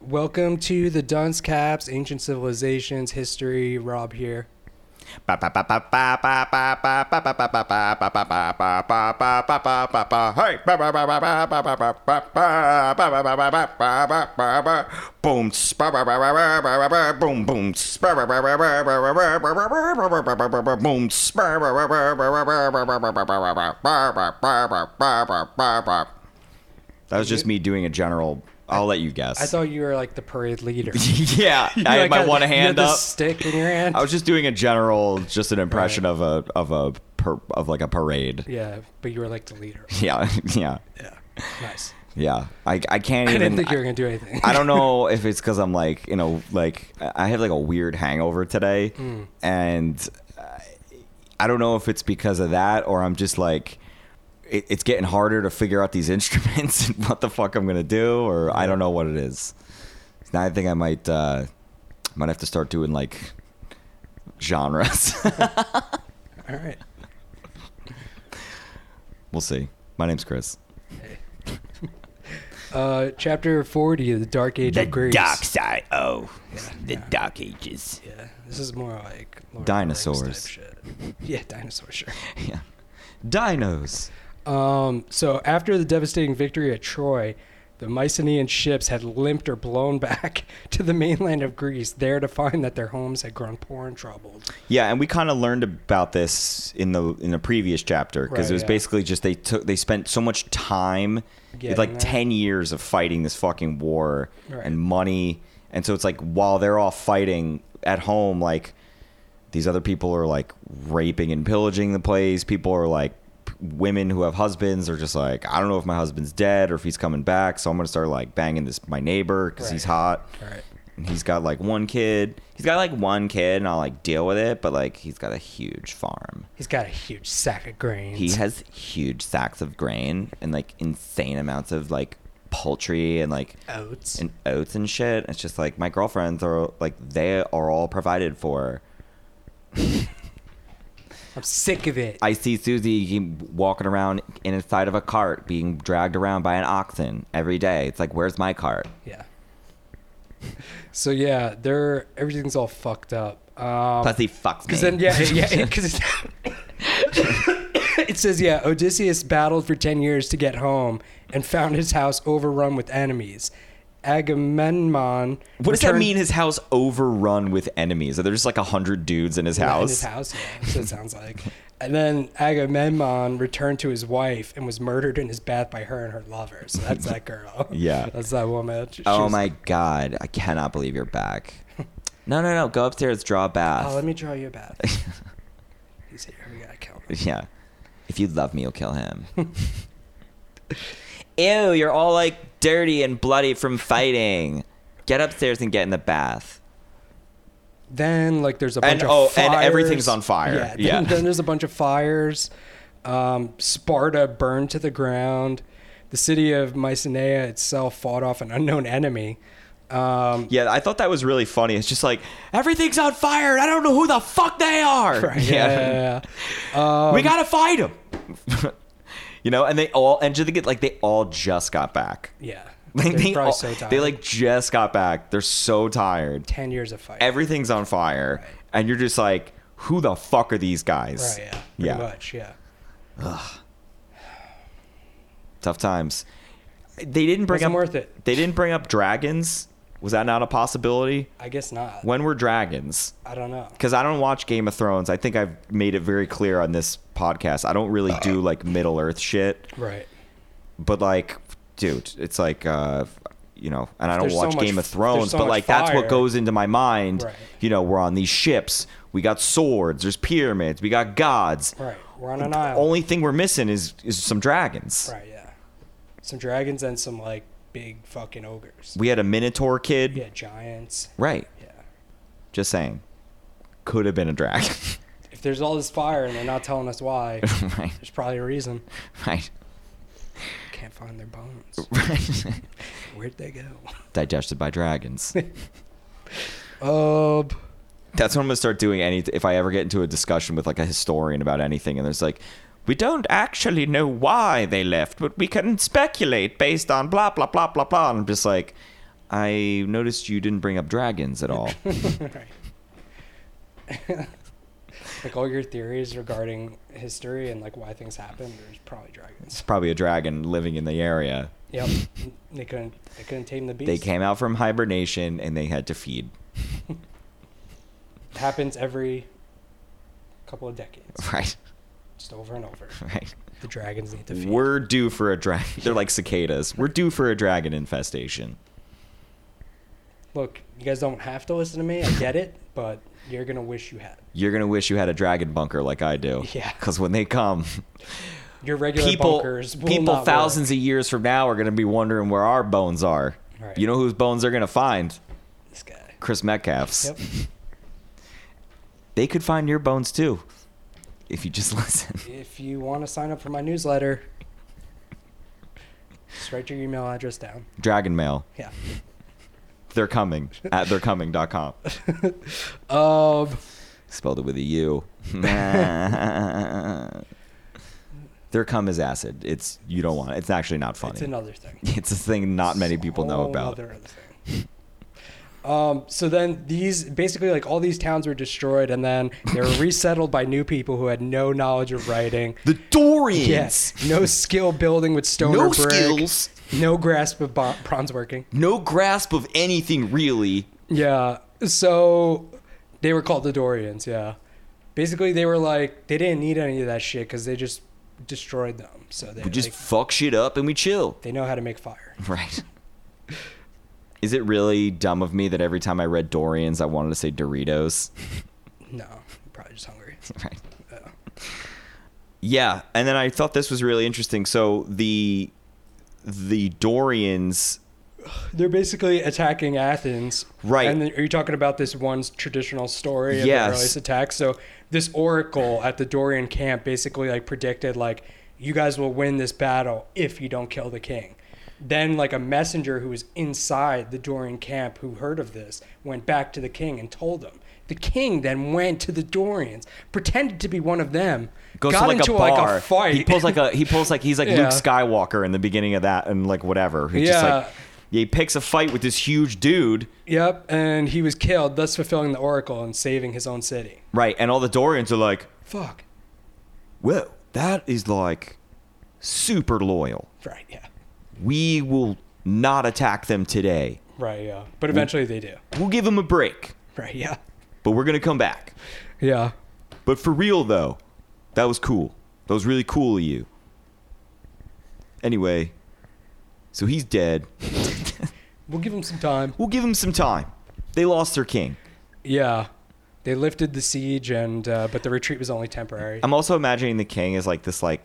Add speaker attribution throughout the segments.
Speaker 1: Welcome to the Dunce Caps Ancient Civilizations History. Rob here.
Speaker 2: That was just me doing a general. I'll let you guess.
Speaker 1: I thought you were like the parade leader.
Speaker 2: yeah, I
Speaker 1: Like,
Speaker 2: had my
Speaker 1: uh,
Speaker 2: one
Speaker 1: you had
Speaker 2: hand
Speaker 1: the
Speaker 2: up.
Speaker 1: stick in your hand.
Speaker 2: I was just doing a general, just an impression of a of a per, of like a parade.
Speaker 1: yeah, but you were like the leader.
Speaker 2: Yeah, yeah,
Speaker 1: Yeah, nice.
Speaker 2: yeah. I I can't
Speaker 1: I
Speaker 2: even.
Speaker 1: didn't think you
Speaker 2: I-
Speaker 1: were gonna do anything.
Speaker 2: I don't know if it's because I'm like, you know, like I have like a weird hangover today, and I- I don't know if it's because of that or I'm just like, it, it's getting harder to figure out these instruments and what the fuck I'm gonna do, or I don't know what it is. Now I think I might, uh, might have to start doing like genres.
Speaker 1: All right.
Speaker 2: we'll see. My name's Chris.
Speaker 1: Uh, chapter forty: The Dark Age of Greece.
Speaker 2: side. Oh, the dark ages.
Speaker 1: Yeah, this is more like Lord of the Rings type
Speaker 2: Dinosaurs.
Speaker 1: shit. Yeah, dinosaurs. Sure.
Speaker 2: Yeah, dinos.
Speaker 1: Um, so after the devastating victory at Troy, the Mycenaean ships had limped or blown back to the mainland of Greece, there to find that their homes had grown poor and troubled.
Speaker 2: Yeah, and we kind of learned about this in the in the previous chapter because
Speaker 1: Right,
Speaker 2: it was
Speaker 1: yeah.
Speaker 2: basically just they took they spent so much time,
Speaker 1: Getting
Speaker 2: like
Speaker 1: there.
Speaker 2: ten years of fighting this fucking war
Speaker 1: Right.
Speaker 2: and money, and so it's like while they're all fighting at home, like these other people are like raping and pillaging the place. People are like p- women who have husbands are just like I don't know if my husband's dead or if he's coming back, so I'm gonna start like banging this my neighbor because he's
Speaker 1: Right.
Speaker 2: hot.
Speaker 1: All right.
Speaker 2: And he's got like one kid. He's got like one kid, and I'll like deal with it. But like, he's got a huge farm.
Speaker 1: He's got a huge sack of grains.
Speaker 2: He has huge sacks of grain and like insane amounts of like poultry and like
Speaker 1: oats.
Speaker 2: and oats and shit. It's just like my girlfriends are like they are all provided for.
Speaker 1: I'm sick of it.
Speaker 2: I see Susie walking around inside of a cart, being dragged around by an oxen every day. It's like, where's my cart?
Speaker 1: yeah. So yeah, they're everything's all fucked up. Um,
Speaker 2: Plus, he fucks me.
Speaker 1: Because then, yeah, yeah, because it says, yeah, Odysseus battled for 10 years to get home and found his house overrun with enemies. Agamemnon.
Speaker 2: What does that
Speaker 1: returned-
Speaker 2: mean? His house overrun with enemies? Are there just like a hundred dudes in his
Speaker 1: Yeah, in
Speaker 2: house?
Speaker 1: his house, yeah, that's what it sounds like. And then Agamemnon returned to his wife and was murdered in his bath by her and her lover. So that's that girl.
Speaker 2: Yeah.
Speaker 1: That's that woman. She- she
Speaker 2: Oh
Speaker 1: was-
Speaker 2: my god! I cannot believe you're back. No, no, no. Go upstairs, draw a bath.
Speaker 1: Oh, let me draw you a bath. He's here. We gotta kill him.
Speaker 2: yeah. If you love me, you'll kill him. Ew! You're all like dirty and bloody from fighting. Get upstairs and get in the bath.
Speaker 1: Then like there's a bunch
Speaker 2: And-
Speaker 1: of
Speaker 2: oh,
Speaker 1: fires.
Speaker 2: and everything's on fire.
Speaker 1: Yeah. Then,
Speaker 2: Yeah.
Speaker 1: then there's a bunch of fires. Um, Sparta burned to the ground. The city of Mycenae itself fought off an unknown enemy. Um,
Speaker 2: Yeah, I thought that was really funny. It's just like everything's on fire. and I don't know who the fuck they are.
Speaker 1: yeah. yeah, yeah. Um,
Speaker 2: we gotta fight them. you know, and they all and just get like they all just got back.
Speaker 1: yeah.
Speaker 2: Like
Speaker 1: They're
Speaker 2: they,
Speaker 1: probably
Speaker 2: all-
Speaker 1: so tired.
Speaker 2: they like just got back. They're so tired.
Speaker 1: ten years of fight.
Speaker 2: Everything's on fire, and you're just like, who the fuck are these guys?
Speaker 1: right. Yeah. Pretty
Speaker 2: yeah.
Speaker 1: much. Yeah.
Speaker 2: Tough times. They didn't bring
Speaker 1: Wasn't
Speaker 2: up
Speaker 1: worth it.
Speaker 2: They didn't bring up dragons. Was that not a possibility?
Speaker 1: I guess not.
Speaker 2: When were dragons?
Speaker 1: I don't know.
Speaker 2: Because I don't watch Game of Thrones. I think I've made it very clear on this podcast. I don't really do like Middle Earth shit.
Speaker 1: Right.
Speaker 2: but like dude it's like uh you know and i don't
Speaker 1: There's so
Speaker 2: watch
Speaker 1: much-
Speaker 2: game of
Speaker 1: there's
Speaker 2: thrones
Speaker 1: so
Speaker 2: but
Speaker 1: much
Speaker 2: like that's what
Speaker 1: fire.
Speaker 2: goes into my mind
Speaker 1: Right.
Speaker 2: you know we're on these ships we got swords there's pyramids we got gods
Speaker 1: Right. We're on an
Speaker 2: The
Speaker 1: island.
Speaker 2: only thing we're missing is is some dragons
Speaker 1: Right. Yeah. Some dragons and some like big fucking ogres.
Speaker 2: we had a minotaur kid
Speaker 1: Yeah. Giants.
Speaker 2: right
Speaker 1: Yeah.
Speaker 2: just saying could have been a dragon
Speaker 1: if there's all this fire and they're not telling us why,
Speaker 2: right
Speaker 1: there's probably a reason.
Speaker 2: right
Speaker 1: Can't find their bones.
Speaker 2: right
Speaker 1: Where'd they go?
Speaker 2: digested by dragons
Speaker 1: Um,
Speaker 2: That's what I'm gonna start doing. Any if I ever get into a discussion with like a historian about anything, and there's like, we don't actually know why they left, but we can speculate based on blah blah blah blah blah. And I'm just like, I noticed you didn't bring up dragons at all.
Speaker 1: Right. like all your theories regarding history and like why things happen, there's probably
Speaker 2: It's
Speaker 1: dragons.
Speaker 2: probably a dragon living in the area.
Speaker 1: Yep. They couldn't they couldn't tame the beast.
Speaker 2: They came out from hibernation and they had to feed.
Speaker 1: It happens every couple of decades.
Speaker 2: Right.
Speaker 1: Just over and over.
Speaker 2: Right.
Speaker 1: The dragons need to feed.
Speaker 2: We're due for a dragon. They're like cicadas. We're due for a dragon infestation.
Speaker 1: Look, you guys don't have to listen to me. I get it, but you're gonna wish you had.
Speaker 2: You're gonna wish you had a dragon bunker like I do.
Speaker 1: Yeah.
Speaker 2: Because when they come,
Speaker 1: Your regular
Speaker 2: people,
Speaker 1: bunkers will
Speaker 2: people
Speaker 1: not
Speaker 2: thousands of years from now are gonna be wondering where our bones are.
Speaker 1: Right.
Speaker 2: You know whose bones they're gonna find?
Speaker 1: work. This guy.
Speaker 2: Chris Metcalf's.
Speaker 1: Yep.
Speaker 2: They could find your bones too, if you just listen.
Speaker 1: If you want to sign up for my newsletter, just write your email address down.
Speaker 2: Dragon mail.
Speaker 1: Yeah.
Speaker 2: They're coming at they'recoming.com.
Speaker 1: Um.
Speaker 2: Spelled it with a U. Their cum is acid. It's you don't want it. It's actually not funny.
Speaker 1: It's
Speaker 2: It's,
Speaker 1: another thing.
Speaker 2: a thing not many
Speaker 1: It's
Speaker 2: people
Speaker 1: a
Speaker 2: know
Speaker 1: whole
Speaker 2: about.
Speaker 1: other- other thing. Um, so then these basically like all these towns were destroyed and then they were resettled by new people who had no knowledge of writing.
Speaker 2: The Dorians.
Speaker 1: Yes. No skill building with stone
Speaker 2: No
Speaker 1: or brick.
Speaker 2: skills.
Speaker 1: No grasp of bon- bronze working.
Speaker 2: No grasp of anything really.
Speaker 1: Yeah. So they were called the Dorians. Yeah. Basically, they were like they didn't need any of that shit because they just destroyed them. So they
Speaker 2: We just
Speaker 1: like,
Speaker 2: fuck shit up and we chill.
Speaker 1: they know how to make fire.
Speaker 2: Right. Is it really dumb of me that every time I read Dorians, I wanted to say Doritos?
Speaker 1: No, probably just hungry.
Speaker 2: right.
Speaker 1: Yeah.
Speaker 2: Yeah, and then I thought this was really interesting. So the the Dorians,
Speaker 1: They're basically attacking Athens.
Speaker 2: Right.
Speaker 1: And then, are you talking about this one traditional story of
Speaker 2: Yes.
Speaker 1: the earliest attack? So this oracle at the Dorian camp basically like predicted like you guys will win this battle if you don't kill the king. Then like a messenger who was inside the Dorian camp who heard of this went back to the king and told him. The king then went to the Dorians, pretended to be one of them,
Speaker 2: goes
Speaker 1: got
Speaker 2: to like
Speaker 1: into
Speaker 2: a bar.
Speaker 1: like a fight.
Speaker 2: He pulls like a he pulls like he's like
Speaker 1: Yeah.
Speaker 2: Luke Skywalker in the beginning of that, and like whatever. He's just
Speaker 1: Yeah.
Speaker 2: like he picks a fight with this huge dude,
Speaker 1: yep, and he was killed, thus fulfilling the oracle and saving his own city.
Speaker 2: right? And all the Dorians are like,
Speaker 1: Fuck.
Speaker 2: "Well, that is like super loyal.
Speaker 1: Right, yeah.
Speaker 2: We will not attack them today.
Speaker 1: Right, yeah. But eventually they do.
Speaker 2: We'll give them a break,
Speaker 1: Right, yeah.
Speaker 2: but we're gonna come back."
Speaker 1: Yeah.
Speaker 2: But for real though, that was cool. That was really cool of you. Anyway, so he's dead.
Speaker 1: We'll give them some time.
Speaker 2: we'll give him some time. They lost their king.
Speaker 1: Yeah. They lifted the siege and uh, but the retreat was only temporary.
Speaker 2: I'm also imagining the king is like this like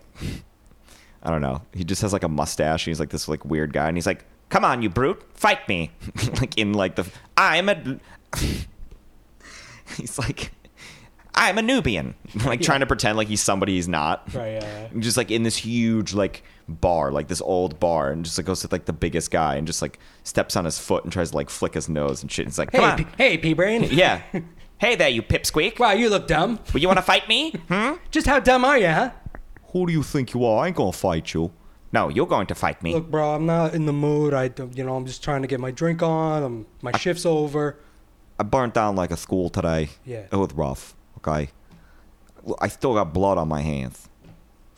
Speaker 2: I don't know. He just has like a mustache and he's like this like weird guy and he's like, "Come on, you brute, fight me." like in like the I'm a He's like I'm a Nubian. like trying to pretend like he's somebody he's not.
Speaker 1: right, yeah. yeah.
Speaker 2: And just like in this huge like bar, like this old bar, and just like goes to like the biggest guy and just like steps on his foot and tries to like flick his nose and shit. He's like, come
Speaker 1: Hey,
Speaker 2: on,
Speaker 1: P- hey, P Brain.
Speaker 2: yeah, hey there, you pipsqueak.
Speaker 1: Wow, you look dumb.
Speaker 2: Well, you want to fight me? Hmm?
Speaker 1: Just how dumb are you, huh?
Speaker 2: Who do you think you are? I ain't gonna fight you. No, you're going to fight me.
Speaker 1: Look, bro, I'm not in the mood. I, don't- you know, I'm just trying to get my drink on. i my shift's over.
Speaker 2: I burnt down like a school today.
Speaker 1: Yeah.
Speaker 2: it was rough. Okay, Look, I still got blood on my hands.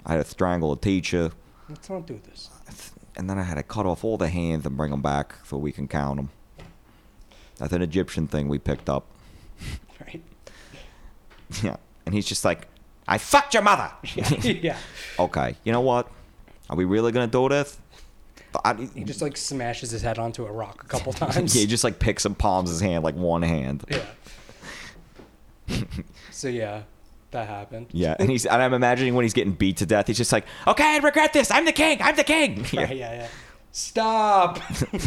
Speaker 2: I had to strangle a teacher,
Speaker 1: Let's not do this.
Speaker 2: and then I had to cut off all the hands and bring them back so we can count them. That's an Egyptian thing we picked up.
Speaker 1: Right?
Speaker 2: Yeah. And he's just like, I fucked your mother.
Speaker 1: yeah.
Speaker 2: okay. You know what? Are we really going to do this? But I,
Speaker 1: He just like smashes his head onto a rock a couple
Speaker 2: yeah,
Speaker 1: times.
Speaker 2: he just like picks and palms his hand, like one hand.
Speaker 1: Yeah. so yeah, that happened.
Speaker 2: Yeah. And he's, and I'm imagining when he's getting beat to death, he's just like, okay, I regret this. I'm the king. I'm the king.
Speaker 1: Right,
Speaker 2: Yeah.
Speaker 1: yeah, yeah. Stop!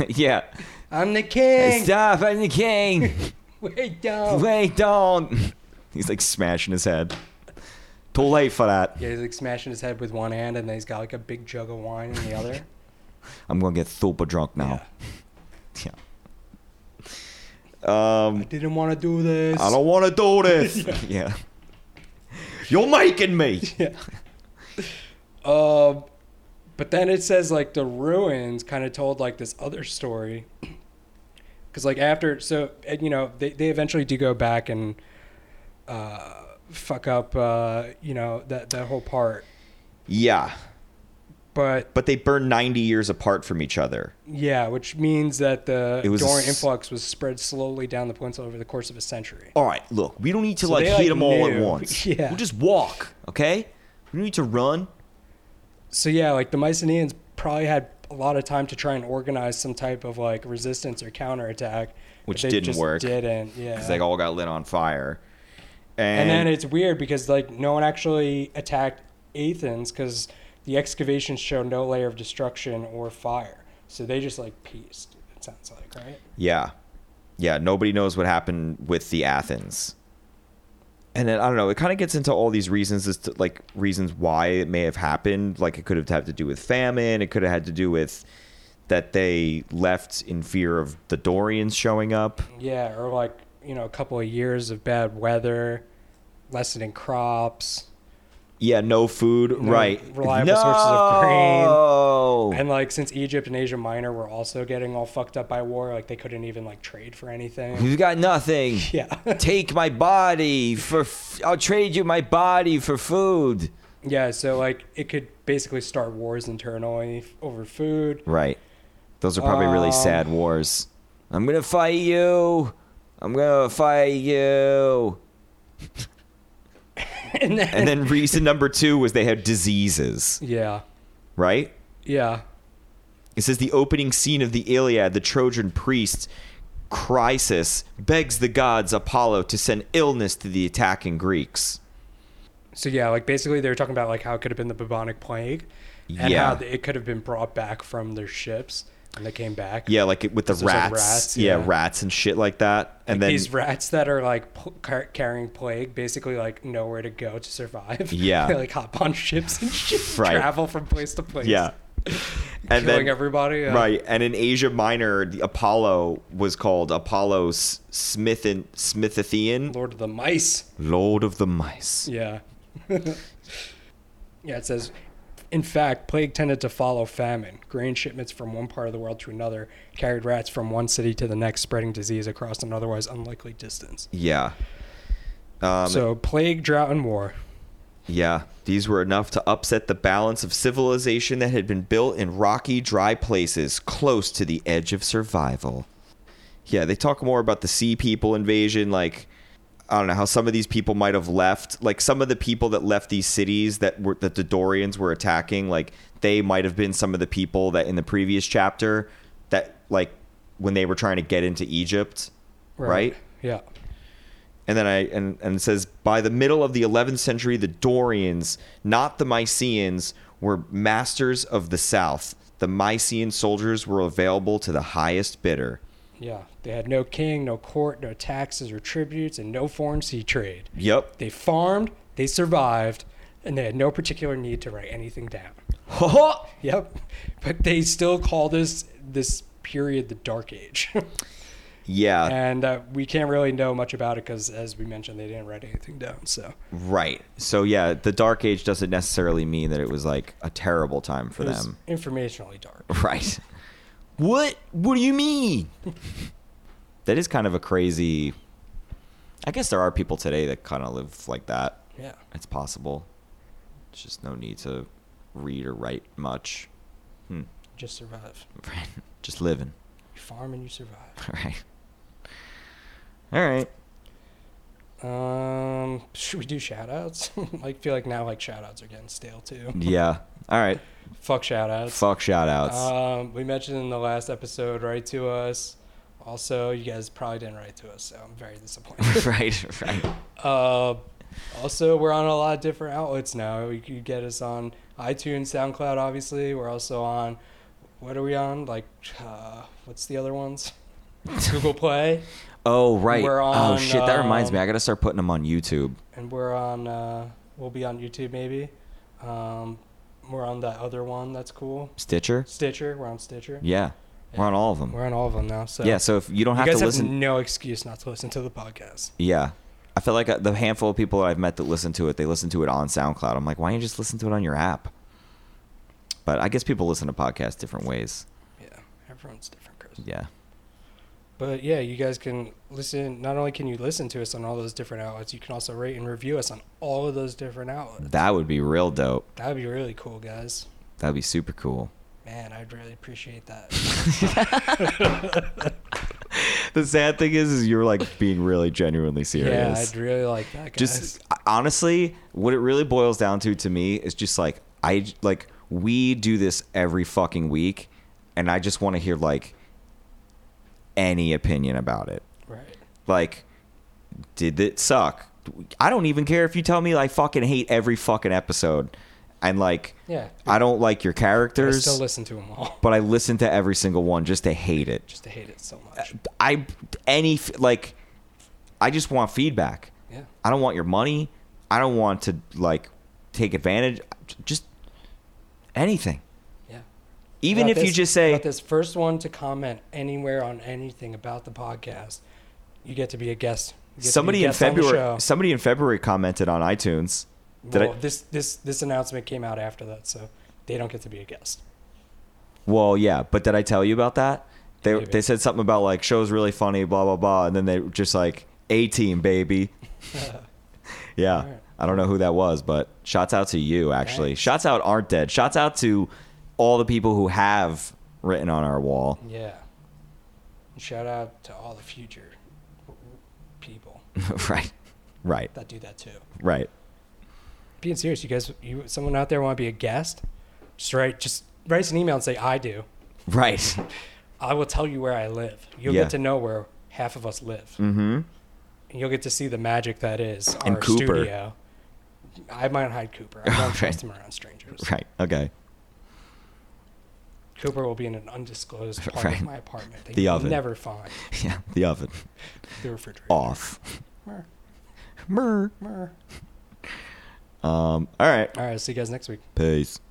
Speaker 2: yeah.
Speaker 1: I'm the
Speaker 2: Hey,
Speaker 1: king.
Speaker 2: stop. I'm the king.
Speaker 1: Wait down.
Speaker 2: Wait, don't. He's like smashing his head. Too late for that.
Speaker 1: Yeah, he's like smashing his head with one hand, and then he's got like a big jug of wine in the other.
Speaker 2: I'm going to get super drunk now. Yeah. Um,
Speaker 1: I didn't want to do this.
Speaker 2: I don't want to do this. yeah. You're making me.
Speaker 1: Uh, but then it says like the ruins kind of told like this other story because like after so and, you know they, they eventually do go back and uh, fuck up uh, you know that that whole part
Speaker 2: Yeah,
Speaker 1: but
Speaker 2: but they burn 90 years apart from each other.
Speaker 1: yeah which means that the
Speaker 2: It was a
Speaker 1: Dorian
Speaker 2: s-
Speaker 1: influx was spread slowly down the peninsula over the course of a century
Speaker 2: All right, look, we don't need to
Speaker 1: So
Speaker 2: like
Speaker 1: they,
Speaker 2: hit
Speaker 1: like,
Speaker 2: them all at
Speaker 1: knew.
Speaker 2: once.
Speaker 1: Yeah.
Speaker 2: We'll just walk, okay? We don't need to run.
Speaker 1: so yeah like the Mycenaeans probably had a lot of time to try and organize some type of like resistance or counterattack but
Speaker 2: Which
Speaker 1: they
Speaker 2: didn't
Speaker 1: just
Speaker 2: work.
Speaker 1: didn't yeah
Speaker 2: because they all got lit on fire. And,
Speaker 1: And then it's weird because like no one actually attacked Athens because the excavations show no layer of destruction or fire, so they just like pieced. It sounds like right.
Speaker 2: yeah, yeah, nobody knows what happened with the Athens. And then I don't know. It kind of gets into all these reasons as to like reasons why it may have happened. Like it could have had to do with famine. It could have had to do with that they left in fear of the Dorians showing up.
Speaker 1: Yeah, or like you know a couple of years of bad weather, lessening crops,
Speaker 2: Yeah, no food.
Speaker 1: No
Speaker 2: right.
Speaker 1: reliable sources of grain.
Speaker 2: No!
Speaker 1: and like since Egypt and Asia Minor were also getting all fucked up by war, like they couldn't even like trade for
Speaker 2: Mm-hmm.
Speaker 1: anything.
Speaker 3: We've got nothing.
Speaker 1: Yeah,
Speaker 3: Take my body for. F- I'll trade you my body for food.
Speaker 1: yeah. So like it could basically start wars internally f- over food.
Speaker 2: Right. Those are probably really
Speaker 1: Um,
Speaker 2: sad wars.
Speaker 3: I'm gonna fight you. I'm gonna fight you.
Speaker 1: and then,
Speaker 2: And then reason number two was they had diseases.
Speaker 1: yeah,
Speaker 2: Right.
Speaker 1: yeah.
Speaker 2: It says the opening scene of the Iliad, the Trojan priest Chrysis begs the gods Apollo to send illness to the attacking Greeks.
Speaker 1: So yeah, like basically they were talking about like how it could have been the bubonic plague, and
Speaker 2: Yeah.
Speaker 1: how it could have been brought back from their ships and they came back.
Speaker 2: Yeah, like it- with the
Speaker 1: So it's like
Speaker 2: rats.
Speaker 1: rats,
Speaker 2: yeah.
Speaker 1: yeah.
Speaker 2: rats and shit like that. And then
Speaker 1: these rats that are like pl- car- carrying plague, basically like nowhere to go to survive.
Speaker 2: Yeah.
Speaker 1: they like hop on ships and shit,
Speaker 2: Right.
Speaker 1: travel from place to place.
Speaker 2: yeah.
Speaker 1: killing
Speaker 2: And then
Speaker 1: everybody. uh, yeah.
Speaker 2: Right, and in Asia Minor, the Apollo was called Apollo S- Smith and Smithathian,
Speaker 1: Lord of the Mice.
Speaker 2: Lord of the Mice.
Speaker 1: Yeah. yeah, it says, in fact, plague tended to follow famine. Grain shipments from one part of the world to another carried rats from one city to the next, spreading disease across an otherwise unlikely distance.
Speaker 2: Yeah. Um,
Speaker 1: so, plague, drought, and war.
Speaker 2: Yeah, these were enough to upset the balance of civilization that had been built in rocky, dry places close to the edge of survival. Yeah, they talk more about the sea people invasion, like I don't know how some of these people might have left. Like some of the people that left these cities that were that the Dorians were attacking, like they might have been some of the people that in the previous chapter that like when they were trying to get into Egypt, right?
Speaker 1: Yeah.
Speaker 2: and then I and, and it says by the middle of the 11th century, the Dorians, not the Mycians, were masters of the South. The Mycian soldiers were available to the highest bidder.
Speaker 1: Yeah. They had no king, no court, no taxes or tributes, and no foreign sea trade.
Speaker 2: Yep.
Speaker 1: They farmed, they survived, and they had no particular need to write anything down. Yep. But they still call this this period the Dark Age.
Speaker 2: yeah,
Speaker 1: and uh, we can't really know much about it because, as we mentioned, they didn't write anything down. So
Speaker 2: right. So yeah, the Dark Age doesn't necessarily mean that it was like a terrible time for
Speaker 1: it was
Speaker 2: them.
Speaker 1: informationally dark.
Speaker 2: Right. What? What do you mean? that is kind of a crazy I guess there are people today that kind of live like that.
Speaker 1: Yeah.
Speaker 2: It's possible. It's just no need to read or write much. Hmm.
Speaker 1: Just survive.
Speaker 2: Just living.
Speaker 1: You farm and you survive.
Speaker 2: All right. All right.
Speaker 1: Um, should we do shout outs? like, feel like now, like, shout outs are getting stale too.
Speaker 2: Yeah. All right.
Speaker 1: Fuck shout outs.
Speaker 2: Fuck shout outs.
Speaker 1: Um, we mentioned in the last episode, write to us. Also, you guys probably didn't write to us, so I'm very disappointed.
Speaker 2: right. Right.
Speaker 1: Uh, also, we're on a lot of different outlets now. You can get us on iTunes, SoundCloud, obviously. We're also on, what are we on? Like, uh, what's the other ones? Google Play.
Speaker 2: Oh, right.
Speaker 1: We're on,
Speaker 2: oh, shit. That reminds me.
Speaker 1: um,
Speaker 2: I got to start putting them on YouTube.
Speaker 1: And we're on, uh, we'll be on YouTube maybe. Um, we're on that other one that's cool.
Speaker 2: Stitcher?
Speaker 1: Stitcher. We're on Stitcher.
Speaker 2: Yeah. We're on all of them.
Speaker 1: We're on all of them now. So
Speaker 2: yeah. So if you don't
Speaker 1: you
Speaker 2: have
Speaker 1: guys
Speaker 2: to
Speaker 1: have
Speaker 2: listen.
Speaker 1: no excuse not to listen to the podcast.
Speaker 2: yeah. I feel like uh, the handful of people that I've met that listen to it, they listen to it on SoundCloud. I'm like, why don't you just listen to it on your app? But I guess people listen to podcasts different ways.
Speaker 1: Yeah, everyone's different, Chris.
Speaker 2: Yeah.
Speaker 1: But yeah, you guys can listen. Not only can you listen to us on all those different outlets, you can also rate and review us on all of those different outlets.
Speaker 2: That would be real dope.
Speaker 1: That would be really cool, guys.
Speaker 2: That'd be super cool.
Speaker 1: Man, I'd really appreciate that.
Speaker 2: The sad thing is, is you're like being really genuinely
Speaker 1: yeah,
Speaker 2: serious.
Speaker 1: I'd really like that, guys.
Speaker 2: just uh, honestly, what it really boils down to to me is just like I like we do this every fucking week, and I just want to hear like any opinion about it.
Speaker 1: right.
Speaker 2: Like, did it suck? I don't even care if you tell me I fucking hate every fucking episode, and like
Speaker 1: Yeah.
Speaker 2: I don't like your
Speaker 1: I
Speaker 2: characters,
Speaker 1: still listen to them all
Speaker 2: but I listen to every single one just to hate it.
Speaker 1: just to hate it so
Speaker 2: Uh,
Speaker 1: much.
Speaker 2: I any f- like I just want feedback.
Speaker 1: Yeah.
Speaker 2: I don't want your money. I don't want to like take advantage. J- Just anything.
Speaker 1: Yeah.
Speaker 2: Even
Speaker 1: About
Speaker 2: if you
Speaker 1: this-
Speaker 2: just say
Speaker 1: about this first one to comment anywhere on anything about the podcast, you get to be a guest. You get to be a
Speaker 2: somebody in
Speaker 1: guest on the
Speaker 2: February,
Speaker 1: show.
Speaker 2: somebody in February commented on iTunes. Did
Speaker 1: well,
Speaker 2: I,
Speaker 1: this this this announcement came out after that, so they don't get to be a guest.
Speaker 2: well, yeah, but did I tell you about that? They
Speaker 1: Maybe.
Speaker 2: they said something about like show's really funny, blah blah blah, and then they were just like A team baby. yeah,
Speaker 1: Alright.
Speaker 2: I don't know who that was, but shots out to you actually.
Speaker 1: Thanks.
Speaker 2: Shots out aren't dead. Shots out to all the people who have written on our wall.
Speaker 1: Yeah. And Shout out to all the future people
Speaker 2: right, right,
Speaker 1: that do that too.
Speaker 2: right.
Speaker 1: Being serious, you guys, you someone out there want to be a guest? Just write just write us an email and say I do.
Speaker 2: Right.
Speaker 1: I will tell you where I live. You'll
Speaker 2: Yeah.
Speaker 1: get to know where half of us live.
Speaker 2: Mm-hmm.
Speaker 1: And you'll get to see the magic that is our
Speaker 2: And Cooper.
Speaker 1: studio. I might hide Cooper. I don't
Speaker 2: Right.
Speaker 1: trust him around strangers.
Speaker 2: Right. Okay.
Speaker 1: Cooper will be in an undisclosed part
Speaker 2: Right.
Speaker 1: of my apartment. That
Speaker 2: The
Speaker 1: you will
Speaker 2: oven.
Speaker 1: never find
Speaker 2: Yeah. The oven
Speaker 1: the refrigerator.
Speaker 2: off.
Speaker 1: Mer,
Speaker 2: Mer.
Speaker 1: mer.
Speaker 2: Um. All right.
Speaker 1: All right, see you guys next week.
Speaker 2: Peace.